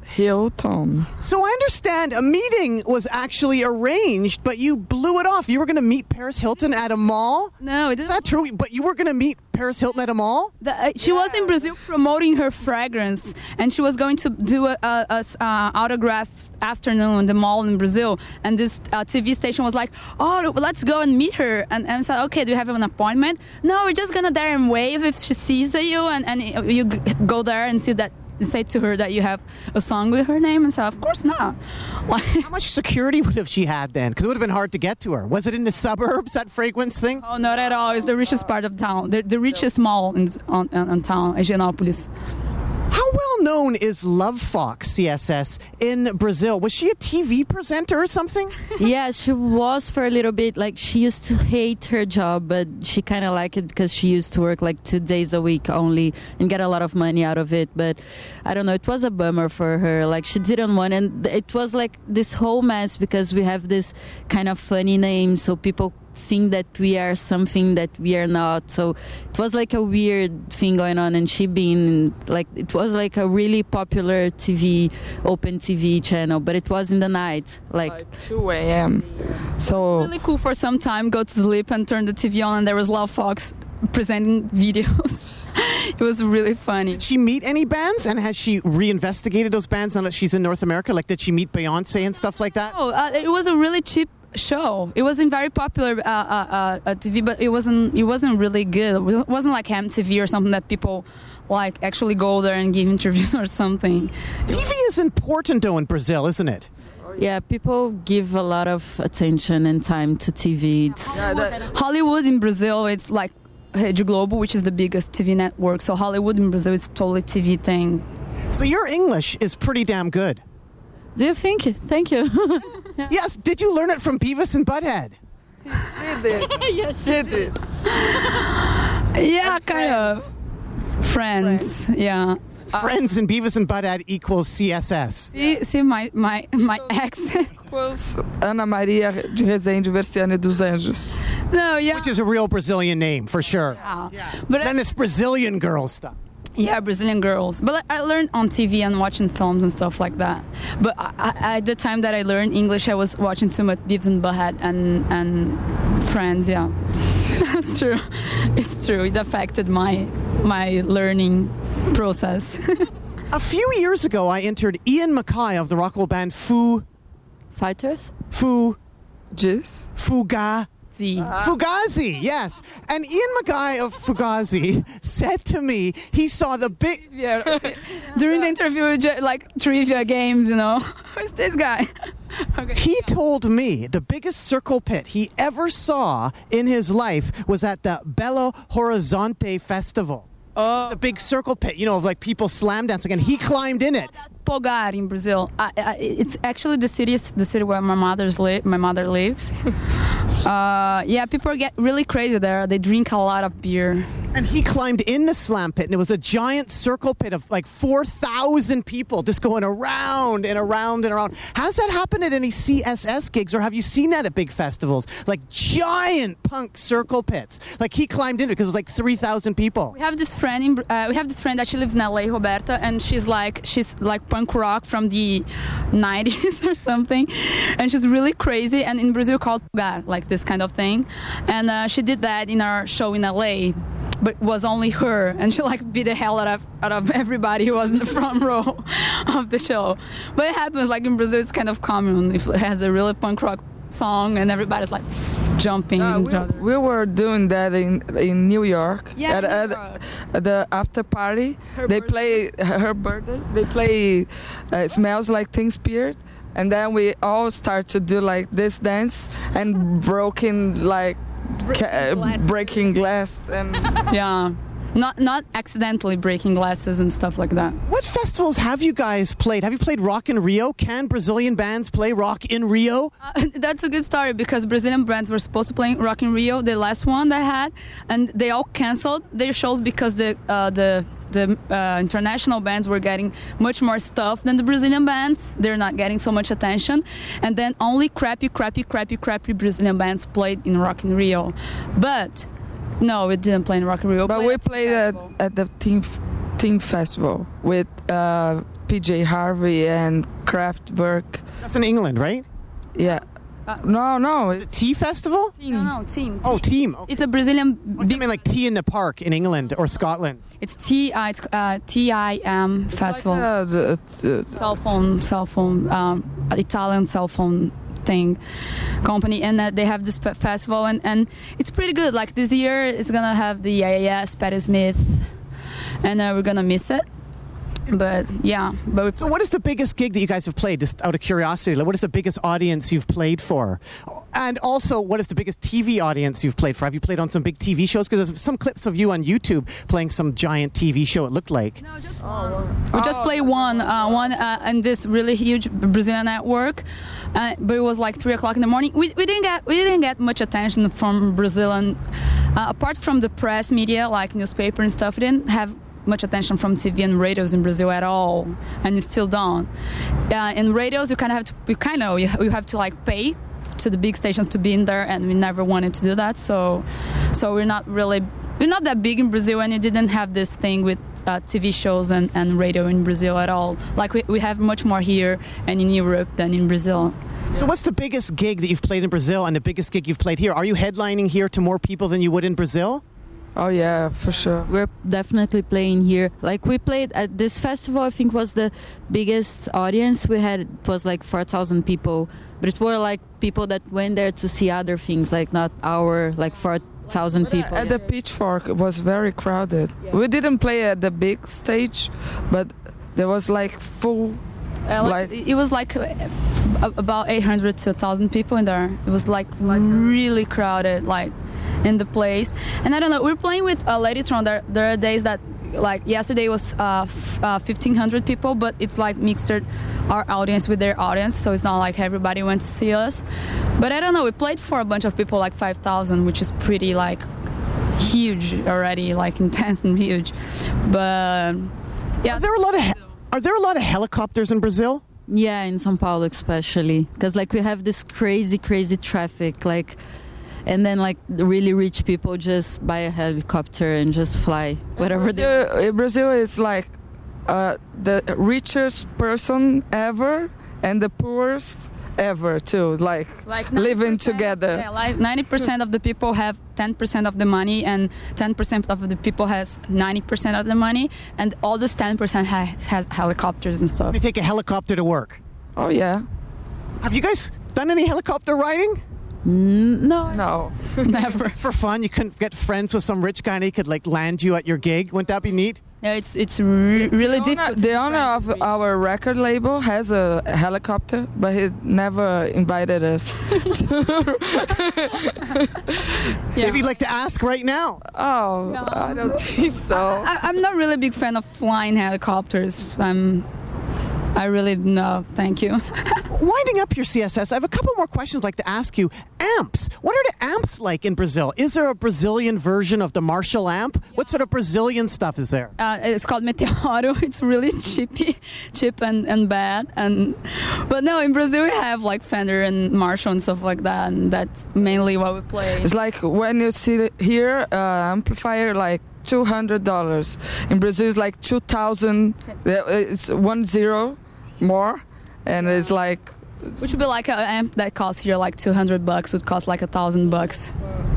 Speaker 3: Hilton.
Speaker 1: So I understand a meeting was actually arranged, but you blew it off. You were going to meet Paris Hilton at a mall?
Speaker 2: No, it
Speaker 1: Is
Speaker 2: isn't.
Speaker 1: that true? But you were going to meet Paris Hilton at a mall?
Speaker 2: The, uh, she was in Brazil promoting her fragrance, and she was going to do a, a, a s- uh, autograph afternoon in the mall in Brazil. And this uh, TV station was like, "Oh, let's go and meet her." And, and I said, "Okay, do you have an appointment?" No, we're just gonna there and wave if she sees you, and and you g- go there and see that. Say to her that you have a song with her name, and so of course not. Like,
Speaker 1: How much security would have she had then? Because it would have been hard to get to her. Was it in the suburbs, that fragrance thing?
Speaker 2: Oh, not at all. It's the richest part of town. The, the richest mall in, on, on, on town, Higienópolis.
Speaker 1: How well known is Love Fox CSS in Brazil? Was she a TV presenter or something?
Speaker 4: yeah, she was for a little bit. Like she used to hate her job, but she kind of liked it because she used to work like two days a week only and get a lot of money out of it. But I don't know, it was a bummer for her. Like she didn't want, and it was like this whole mess because we have this kind of funny name, so people think that we are something that we are not. So it was like a weird thing going on, and she being like it was like a really popular TV, open TV channel, but it was in the night, like
Speaker 3: Like 2 a.m. So
Speaker 2: Really cool for some time, go to sleep and turn the TV on, and there was Love Fox presenting videos. it was really funny.
Speaker 1: Did she meet any bands? And has she reinvestigated those bands now that she's in North America? Like, did she meet Beyonce and stuff like that?
Speaker 2: Oh, uh, it was a really cheap show. It wasn't very popular uh, uh, uh, uh, TV, but it wasn't it wasn't really good. It wasn't like MTV or something that people like actually go there and give interviews or something.
Speaker 1: TV is important, though, in Brazil, isn't it?
Speaker 4: Yeah, people give a lot of attention and time to TV. It's,
Speaker 3: yeah, that,
Speaker 2: Hollywood in Brazil, it's like Rede Globo, which is the biggest TV network. So Hollywood in Brazil is totally TV thing.
Speaker 1: So your English is pretty damn good.
Speaker 4: do you think? Thank you.
Speaker 1: Yes, did you learn it from Beavis and Butthead?
Speaker 3: she did.
Speaker 4: yes,
Speaker 3: She did.
Speaker 2: Yeah, kind of. Friends. Yeah.
Speaker 1: Friends and Beavis and Butt Head equals CSS.
Speaker 2: See, see my my my ex.
Speaker 3: Equals Ana Maria de Rezende Berciane dos Anjos.
Speaker 2: no, yeah.
Speaker 1: Which is a real Brazilian name for sure.
Speaker 2: yeah. But I-
Speaker 1: Then it's Brazilian girl stuff.
Speaker 2: Yeah, Brazilian girls. But like, I learned on TV and watching films and stuff like that. But I, I, at the time that I learned English, I was watching too much Beavis and Butthead and and Friends. Yeah, it's true. It's true. It affected my my learning process.
Speaker 1: A few years ago, I entered Ian Mackay of the rock roll band Foo,
Speaker 4: Fighters?
Speaker 1: Foo,
Speaker 3: Diz.
Speaker 1: Fuga.
Speaker 2: See,
Speaker 1: Fugazi, yes. And Ian Mackay of Fugazi said to me he saw the big.
Speaker 2: yeah. during the interview, ju- like trivia games, you know, who's this guy? Okay.
Speaker 1: He told me the biggest circle pit he ever saw in his life was at the Belo Horizonte Festival.
Speaker 2: Oh.
Speaker 1: The big circle pit, you know, of like people slam dancing, and he climbed in it.
Speaker 2: Pogar in Brazil. I, I, it's actually the city, the city where my mother's li- my mother lives. uh, yeah, people get really crazy there. They drink a lot of beer.
Speaker 1: And he climbed in the slam pit, and it was a giant circle pit of like 4,000 people just going around and around and around. Has that happened at any CSS gigs, or have you seen that at big festivals? Like giant punk circle pits. Like he climbed in it because it was like 3,000 people.
Speaker 2: We have this friend in, Br- uh, we have this friend that she lives in LA, Roberta, and she's like she's like punk rock from the 90s or something, and she's really crazy. And in Brazil, called Pogar, like this kind of thing, and uh, she did that in our show in LA. But it was only her, and she like beat the hell out of out of everybody who was in the front row of the show. But it happens like in Brazil, it's kind of common if it has a really punk rock song, and everybody's like jumping.
Speaker 3: Uh,
Speaker 2: each other.
Speaker 3: we, we were doing that in in New York.
Speaker 2: Yeah,
Speaker 3: at,
Speaker 2: New
Speaker 3: at-
Speaker 2: York.
Speaker 3: at the after party,
Speaker 2: Her
Speaker 3: they
Speaker 2: birthday.
Speaker 3: play her birthday. They play uh, "Smells Like Teen Spirit," and then we all start to do like this dance and broken like. Ca-
Speaker 2: Breaking glasses.
Speaker 3: breaking glass and
Speaker 2: yeah not not accidentally breaking glasses and stuff like that
Speaker 1: What festivals have you guys played? Have you played Rock in Rio? Can Brazilian bands play Rock in Rio?
Speaker 2: uh, that's a good story because brazilian brands were supposed to play in rock in rio the last one they had and they all canceled their shows because the uh, the the uh, international bands were getting much more stuff than the Brazilian bands. They're not getting so much attention, and then only crappy, crappy, crappy, crappy Brazilian bands played in Rock in Rio. But no, it didn't play in Rock in Rio.
Speaker 3: but we played at,
Speaker 2: festival.
Speaker 3: at the team team festival with uh, PJ Harvey and Kraftwerk
Speaker 1: That's in England, right?
Speaker 3: yeah no no Uh, it's
Speaker 1: Tea Festival?
Speaker 2: no, no team.
Speaker 1: Oh,
Speaker 2: team.
Speaker 1: team. Oh,
Speaker 2: It's a Brazilian
Speaker 1: I mean, like tea in the park in England or Scotland.
Speaker 2: It's T I it's uh, T I M festival.
Speaker 3: Yeah, the- the- the-
Speaker 2: cell phone, cell phone, um, Italian cell phone thing company, and uh, they have this fe- festival, and and it's pretty good. Like this year, it's gonna have the IAS Patti Smith, and uh, we're gonna miss it. But yeah, but we
Speaker 1: So, what is the biggest gig that you guys have played? Just out of curiosity, like, what is the biggest audience you've played for? And also, what is the biggest TV audience you've played for? Have you played on some big TV shows? Because there's some clips of you on YouTube playing some giant TV show. It looked like.
Speaker 2: We just play one, uh, one, uh, and this really huge Brazilian network, uh, but it was like three o'clock in the morning. We, we didn't get we didn't get much attention from Brazilian, uh, apart from the press media like newspaper and stuff. We didn't have much attention from TV and radios in Brazil at all, and it's still don't. Uh, in radios, you kind of have to you kind of you, you have to like pay to the big stations to be in there, and we never wanted to do that. So, so we're not really we're not that big in Brazil, and you didn't have this thing with uh, TV shows and, and radio in Brazil at all. Like we, we have much more here and in Europe than in Brazil.
Speaker 1: So, what's the biggest gig that you've played in Brazil and the biggest gig you've played here? Are you headlining here to more people than you would in Brazil?
Speaker 3: oh yeah, for sure.
Speaker 4: We're definitely playing here. Like we played at this festival, I think was the biggest audience we had. It was like 4,000 people, but it were like people that went there to see other things, like not our like 4,000 people.
Speaker 3: At the Pitchfork, it was very crowded. We didn't play at the big stage, but there was like full.
Speaker 2: Uh, like,
Speaker 3: Like-
Speaker 2: it was like uh, ab- about 800 to 1,000 people in there. It was like, really crowded, like in the place. And I don't know, we're playing with uh, Ladytron. There, there are days that, like yesterday was uh, f- uh, 1,500 people, but it's like mixed our audience with their audience, so it's not like everybody went to see us. But I don't know, we played for a bunch of people, like 5,000, which is pretty like huge already, like intense and huge. But yeah,
Speaker 1: Are there a lot of he- are there a lot of helicopters in Brazil?
Speaker 4: Yeah, in São Paulo especially, because like we have this crazy, crazy traffic, like, and then like the really rich people just buy a helicopter and just fly whatever they.
Speaker 3: Brazil, uh, Brazil is like uh, the richest person ever and the poorest ever too. Like,
Speaker 2: like
Speaker 3: living
Speaker 2: 90%
Speaker 3: together.
Speaker 2: Yeah, like ninety percent of the people have ten percent of the money, and ten percent of the people has ninety percent of the money, and all this ten percent has, has helicopters and stuff.
Speaker 1: They take a helicopter to work.
Speaker 3: oh yeah,
Speaker 1: Have you guys done any helicopter riding?
Speaker 4: No,
Speaker 3: no.
Speaker 2: Never.
Speaker 1: For fun, you couldn't get friends with some rich guy and he could like land you at your gig. Wouldn't that be neat?
Speaker 2: Yeah, it's it's re- really
Speaker 3: The owner-
Speaker 2: difficult.
Speaker 3: the owner of our record label has a helicopter, but he never invited us.
Speaker 2: Yeah.
Speaker 1: Maybe you'd like to ask right now.
Speaker 3: Oh,
Speaker 2: No.
Speaker 3: I don't think so.
Speaker 2: I, I'm not really a big fan of flying helicopters. I'm. I really no, thank you.
Speaker 1: Winding up your CSS, I have a couple more questions I'd like to ask you. Amps. What are the amps like in Brazil? Is there a Brazilian version of the Marshall amp? What sort of Brazilian stuff is there?
Speaker 2: Uh, it's called Meteoro. It's really cheapy, cheap and, and bad. And but no, in Brazil we have like Fender and Marshall and stuff like that, and that's mainly what we play.
Speaker 3: It's like when you see here uh, amplifier like two hundred dollars in Brazil it's like two thousand. It's one zero more, and it's like
Speaker 2: Which would be like an amp that costs here like 200 bucks would cost like a thousand bucks.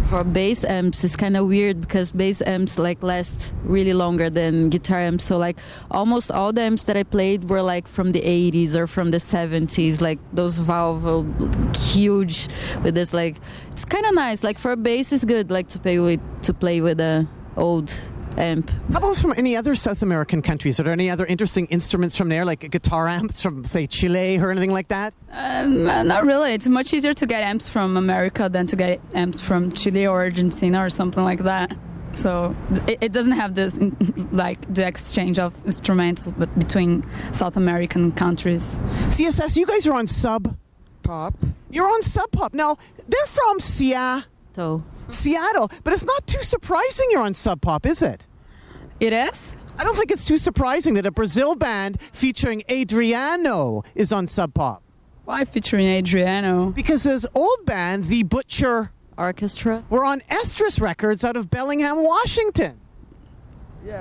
Speaker 4: for bass amps it's kind of weird because bass amps like last really longer than guitar amps so like almost all the amps that i played were like from the 80s or from the 70s like those valve like, huge with this like it's kind of nice like for bass it's good like to play with to play with a old amp
Speaker 1: How about from any other South American countries? Are there any other interesting instruments from there, like guitar amps from, say, Chile or anything like that?
Speaker 2: Um, uh, not really. It's much easier to get amps from America than to get amps from Chile or Argentina or something like that. So th- it, it doesn't have this like the exchange of instruments but between South American countries.
Speaker 1: CSS, you guys are on Sub.
Speaker 3: pop.
Speaker 1: You're on Sub Pop. Now, they're from Seattle.
Speaker 4: so
Speaker 1: Seattle, but it's not too surprising you're on Sub Pop, is it?
Speaker 2: It is.
Speaker 1: I don't think it's too surprising that a Brazil band featuring Adriano is on Sub Pop
Speaker 2: Why featuring Adriano?
Speaker 1: because his old band, The Butcher,
Speaker 4: orchestra
Speaker 1: were on Estrus Records out of Bellingham, Washington.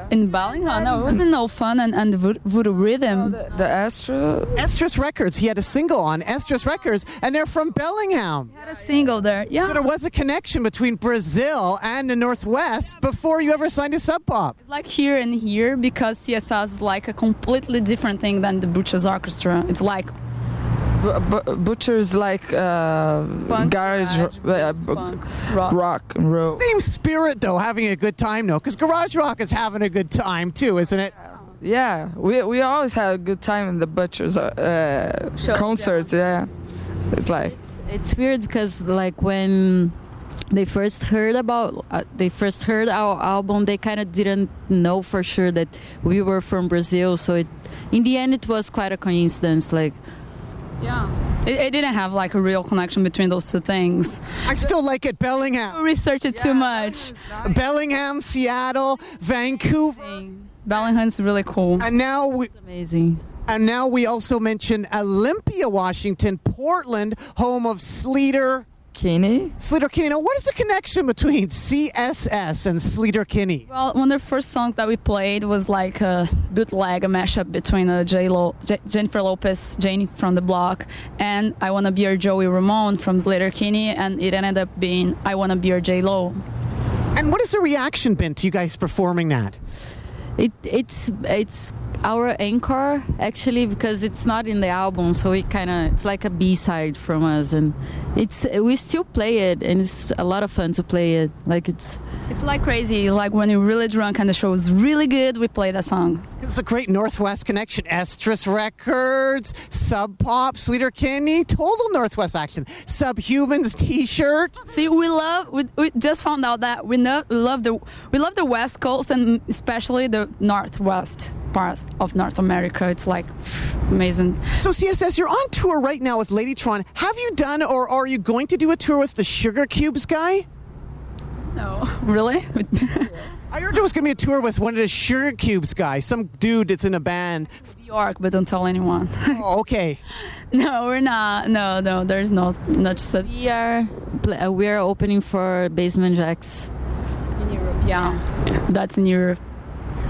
Speaker 2: In Bellingham? No, it wasn't no fun and, and vood- voodoo rhythm.
Speaker 3: The Astro.
Speaker 1: Estrus Records. He had a single on Estrus Records, and they're from Bellingham.
Speaker 2: had a single there.
Speaker 1: So there
Speaker 2: Yeah.
Speaker 1: was a connection between Brazil and the Northwest before you ever signed to Sub Pop.
Speaker 2: It's like here and here because CSS is like a completely different thing than the Butcher's Orchestra. It's like
Speaker 3: Bu- bu- butchers like uh,
Speaker 2: punk,
Speaker 3: garage, uh,
Speaker 2: blues,
Speaker 3: bu-
Speaker 2: punk, rock.
Speaker 3: rock and roll.
Speaker 1: Same spirit, though, having a good time, though, because Garage Rock is having a good time, too, isn't it?
Speaker 3: Yeah, we we always have a good time in the butchers uh, uh,
Speaker 2: Shows, yeah.
Speaker 3: concerts. Yeah. it's like
Speaker 4: It's weird because like when they first heard about uh, they first heard our album, they kind of didn't know for sure that we were from Brazil. So it, in the end, it was quite a coincidence. Like
Speaker 2: Yeah. It, it didn't have like a real connection between those two things.
Speaker 1: I still like it, Bellingham.
Speaker 2: We researched it too much.
Speaker 1: Bellingham, Seattle, Vancouver.
Speaker 2: Bellingham's really cool.
Speaker 1: And now we
Speaker 4: amazing.
Speaker 1: and now we also mention Olympia, Washington, Portland, home of Sleater
Speaker 3: Kenny.
Speaker 1: Sleater Kinney. Now what is the connection between CSS and Sleater Kinney?
Speaker 2: Well, one of the first songs that we played was like a bootleg, a mashup between a J Lo, J- Jennifer Lopez, Jane from the Block, and I Wanna Be Your Joey Ramone from Slater Kinney, and it ended up being I Wanna Be Your J Lo.
Speaker 1: And what has the reaction been to you guys performing that?
Speaker 4: It it's it's our anchor actually because it's not in the album, so it kind of it's like a B side from us, and it's we still play it, and it's a lot of fun to play it. Like it's
Speaker 2: It's like crazy. It's like when you're really drunk and the show is really good, we play that song.
Speaker 1: It's a great Northwest connection. Estrus Records, Sub Pop, Sleater Kinney, total Northwest action. Subhumans T-shirt.
Speaker 2: See, we love. We, we just found out that we know, we love the we love the West Coast and especially the Northwest part of North America. It's like amazing.
Speaker 1: So CSS, you're on tour right now with Ladytron. Have you done or are you going to do a tour with the Sugar Cubes guy?
Speaker 2: No, really?
Speaker 1: I heard there was going to be a tour with one of the Sugar Cubes guys, some dude that's in a band.
Speaker 2: New York, but don't tell anyone.
Speaker 1: Oh, okay.
Speaker 2: no, we're not. No, no, there's no not just a,
Speaker 4: We are pl- uh, we are opening for Basement Jacks.
Speaker 2: in Europe. Yeah, that's in Europe.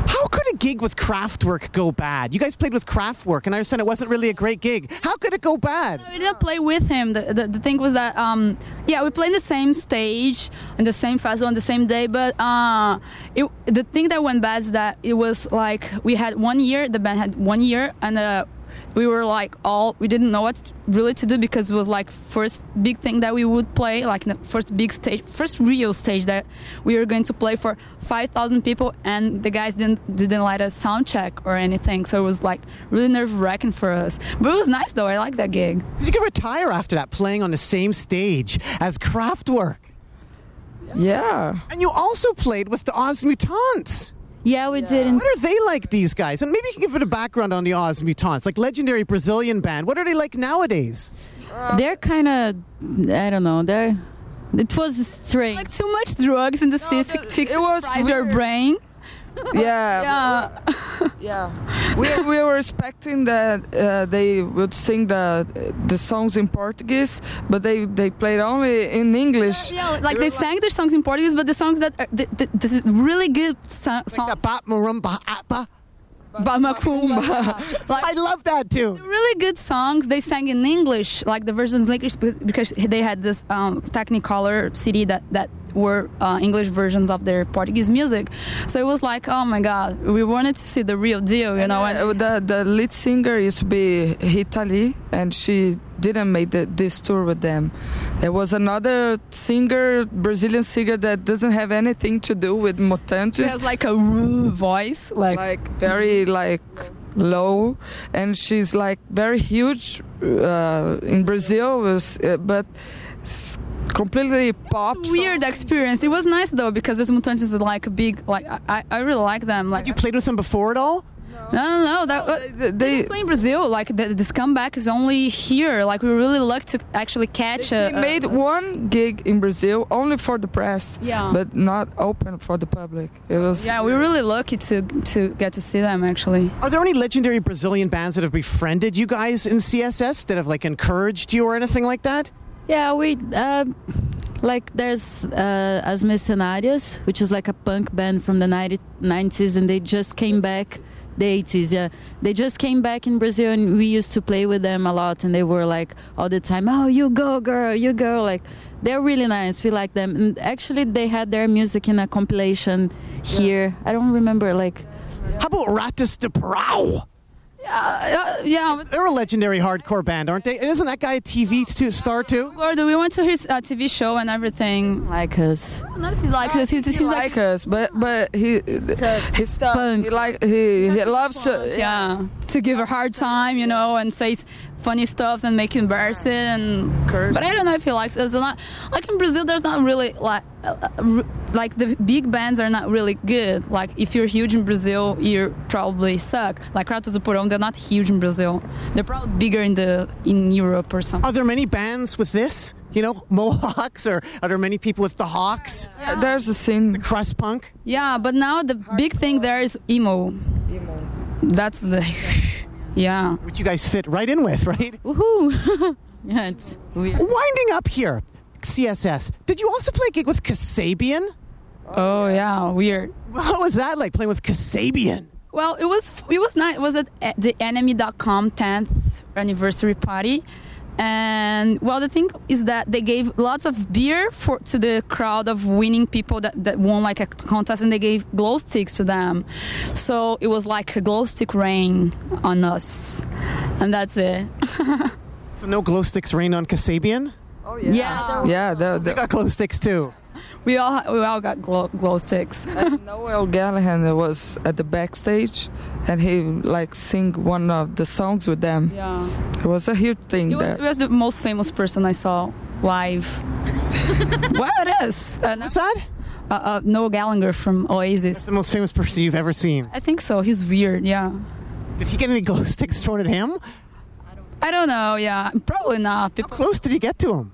Speaker 1: How could a gig with Kraftwerk go bad? You guys played with Kraftwerk, and I understand it wasn't really a great gig. How could it go bad?
Speaker 2: We didn't play with him. The, the, the thing was that, um, yeah, we played the same stage and the same festival on the same day, but uh, it, the thing that went bad is that it was like we had one year, the band had one year, and uh, we were like all, we didn't know what really to do because it was like first big thing that we would play, like the first big stage, first real stage that we were going to play for 5,000 people, and the guys didn't didn't let us sound check or anything, so it was like really nerve wracking for us. But it was nice though, I like that gig.
Speaker 1: 'Cause You could retire after that playing on the same stage as Kraftwerk.
Speaker 3: Yeah.
Speaker 1: And you also played with the Oz Mutants.
Speaker 4: Yeah, we did. In-
Speaker 1: What are they like, these guys? And maybe you can give a bit of background on the Oz Mutants, like legendary Brazilian band. What are they like nowadays?
Speaker 4: they're kind of I don't know. They're it was strange.
Speaker 2: like too much drugs in the
Speaker 3: No,
Speaker 2: system
Speaker 3: the-
Speaker 2: takes
Speaker 3: it was
Speaker 2: your
Speaker 3: weird.
Speaker 2: brain.
Speaker 3: Yeah.
Speaker 2: Yeah,
Speaker 3: Yeah, we, we were expecting that uh, they would sing the the songs in Portuguese, but they, they played only in English.
Speaker 2: Uh, yeah. Like they sang their songs in Portuguese, but the songs that are, the, the, the really good so-
Speaker 1: Like
Speaker 2: song,
Speaker 1: that Bap Marumba Appa.
Speaker 2: Bamacumba,
Speaker 1: I
Speaker 2: like
Speaker 1: love that too.
Speaker 2: really good songs they sang in English, like the versions in English because- because they had this um, Technicolor CD that that were uh, English versions of their Portuguese music. So it was like, oh my God, we wanted to see the real deal, you know. and-
Speaker 3: Uh, the the lead singer used to be Hitali, and she didn't make the, this tour with them. There was another singer, Brazilian singer, that doesn't have anything to do with Mutantes.
Speaker 2: she has like a rude voice, like,
Speaker 3: like very like low and she's like very huge uh, in brazil was uh, but s- completely pop song.
Speaker 2: weird experience. It was nice though because this mutantes is like a big like I- I, I really like them. Like
Speaker 1: You played with them before at all?
Speaker 2: no no no that uh,
Speaker 3: they, they,
Speaker 2: playing Brazil like the, this comeback is only here. Like we really lucky to actually catch.
Speaker 3: they
Speaker 2: a, a-
Speaker 3: Uh, made one gig in brazil only for the press
Speaker 2: Yeah.
Speaker 3: but not open for the public it was
Speaker 2: yeah, we're really lucky to to get to see them actually.
Speaker 1: Are there any legendary Brazilian bands that have befriended you guys in CSS that have like encouraged you or anything like that?
Speaker 4: Yeah, we uh, like there's uh, As Mercenários, which is like a punk band from the 90, 90s, and they just came back. The 80s, yeah. They just came back in Brazil, and we used to play with them a lot, and they were like all the time, "Oh, you go, girl, you go!" Like they're really nice. We like them, and actually, they had their music in a compilation here. I don't remember like
Speaker 1: How about Ratus de Brau?
Speaker 2: Yeah, uh, yeah.
Speaker 1: They're a legendary hardcore band, aren't they? Isn't that guy a TV two, star too?
Speaker 2: Gordo, we went to his uh, TV show and everything.
Speaker 4: like us.
Speaker 2: I don't know if he likes us. He's,
Speaker 3: he
Speaker 2: he's
Speaker 3: like us but but he his stuff
Speaker 4: Punk.
Speaker 3: he like he, he loves to,
Speaker 2: yeah, to give a hard time, you know, and say s- funny stuffs and make you embarrass it. And
Speaker 3: Curse.
Speaker 2: but I don't know if he likes us or not. Like in Brazil, there's not really like uh, uh, r- like the big bands are not really good. Like if you're huge in Brazil, you probably suck. Like Ratos do Porão, they're not huge in Brazil. They're probably bigger in the in Europe or something.
Speaker 1: Are there many bands with this? You know, Mohawks, or are there many people with the Hawks?
Speaker 3: there's a scene
Speaker 1: Crust punk?
Speaker 2: Yeah, but now the big thing there is emo. That's the yeah.
Speaker 1: which you guys fit right in with, right?
Speaker 4: Woohoo! yeah, it's weird.
Speaker 1: Winding up here, CSS. Did you also play a gig with Kasabian?
Speaker 2: Oh yeah, weird.
Speaker 1: What was that like playing with Kasabian?
Speaker 2: Well, it was it was nice. It was at at the enemy.com 10th anniversary party. And well, the thing is that they gave lots of beer for to the crowd of winning people that, that won like a contest, and they gave glow sticks to them. So it was like a glow stick rain on us, and that's it.
Speaker 1: So no glow sticks rained on Kasabian?
Speaker 4: Yeah, there was-
Speaker 3: yeah the, the,
Speaker 1: I got glow sticks too.
Speaker 2: We all we all got glow, glow sticks.
Speaker 3: And uh, Noel Gallagher was at the backstage, and he like sing one of the songs with them.
Speaker 2: Yeah.
Speaker 3: It was a huge thing
Speaker 2: He was,
Speaker 3: there.
Speaker 2: he was the most famous person I saw live. well, it is. Uh, no-
Speaker 1: What's that?
Speaker 2: uh, uh, Noah Gallagher from Oasis.
Speaker 1: The most famous person you've ever seen.
Speaker 2: I think so. He's weird, yeah.
Speaker 1: Did he get any glow sticks thrown at him?
Speaker 2: I don't know, yeah. Probably not.
Speaker 1: How
Speaker 2: People,
Speaker 1: close did he get to him?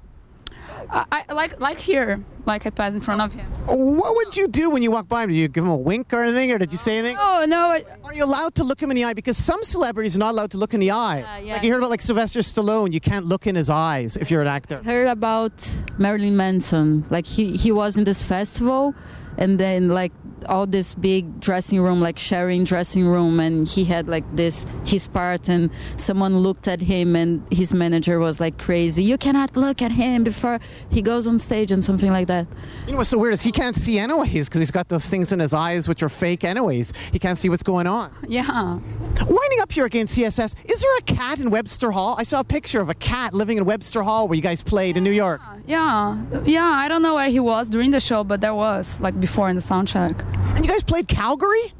Speaker 2: uh, I, I like like here, like I pass in front of him.
Speaker 1: What would you do when you walk by him? Do you give him a wink or anything, or did you say anything?
Speaker 2: Oh no, I,
Speaker 1: Are you allowed to look him in the eye? Because some celebrities are not allowed to look in the eye.
Speaker 4: Yeah, yeah.
Speaker 1: Like you heard about like Sylvester Stallone, you can't look in his eyes if you're an actor.
Speaker 4: heard about Marilyn Manson. Like he he was in this festival, and then like all this big dressing room, like sharing dressing room, and he had like this his part, and someone looked at him, and his manager was like crazy. You cannot look at him before he goes on stage and something like that.
Speaker 1: You know what's so weird is he can't see anyways because he's got those things in his eyes which are fake anyways. He can't see what's going on.
Speaker 2: yeah.
Speaker 1: Winding up here again, CSS. Is there a cat in Webster Hall? I saw a picture of a cat living in Webster Hall where you guys played in New York.
Speaker 2: Yeah, yeah. I don't know where he was during the show, but there was like before in the sound check.
Speaker 1: And you guys played Calgary?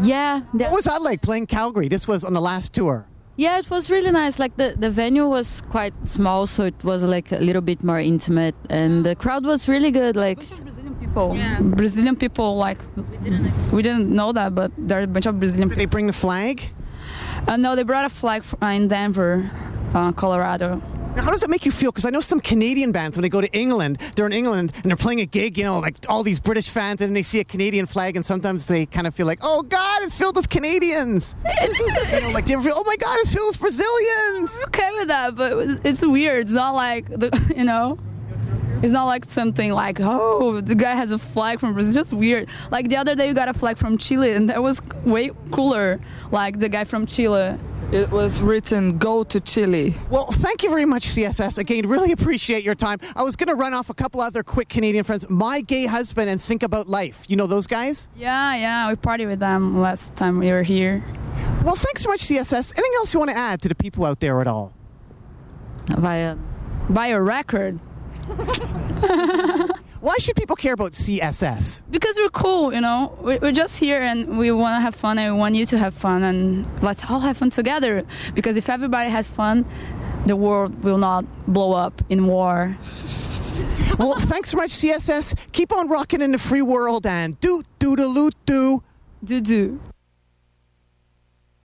Speaker 4: Yeah, the-
Speaker 1: What was that like playing Calgary? This was on the last tour.
Speaker 4: yeah. It was really nice. Like the the venue was quite small, so it was like a little bit more intimate, and the crowd was really good. Like
Speaker 2: Brazilian people.
Speaker 4: Yeah.
Speaker 2: Brazilian people like we didn't, know that, but there are a bunch of Brazilian
Speaker 1: Did
Speaker 2: people.
Speaker 1: they bring the flag?
Speaker 2: Uh, no, they brought a flag f- uh, in Denver, uh, Colorado.
Speaker 1: Now, how does that make you feel? Because I know some Canadian bands, when they go to England, they're in England and they're playing a gig, you know, like all these British fans, and they see a Canadian flag, and sometimes they kind of feel like, oh God, it's filled with Canadians. you know, like, do you ever feel, oh my God, it's filled with Brazilians?
Speaker 2: okay with that, but it's- it's weird. It's not like the, you know. It's not like something like oh the guy has a flag from Brazil. It's just weird. Like the other day you got a flag from Chile and that was way cooler. Like the guy from Chile.
Speaker 3: It was written "Go to Chile."
Speaker 1: Well, thank you very much, CSS. Again, really appreciate your time. I was going to run off a couple other quick Canadian friends, My Gay Husband and Think About Life. You know those guys?
Speaker 2: Yeah, yeah. We party with them last time we were here.
Speaker 1: Well, thanks so much, CSS. Anything else you want to add to the people out there at all?
Speaker 4: via
Speaker 2: Buy a record
Speaker 1: Why should people care about CSS?
Speaker 2: because we're cool. You know, We- we're just here and we want to have fun and we want you to have fun and let's all have fun together. Because if everybody has fun, the world will not blow up in war.
Speaker 1: Well, thanks so much, CSS. Keep on rocking in the free world and do do do do.
Speaker 2: Do do.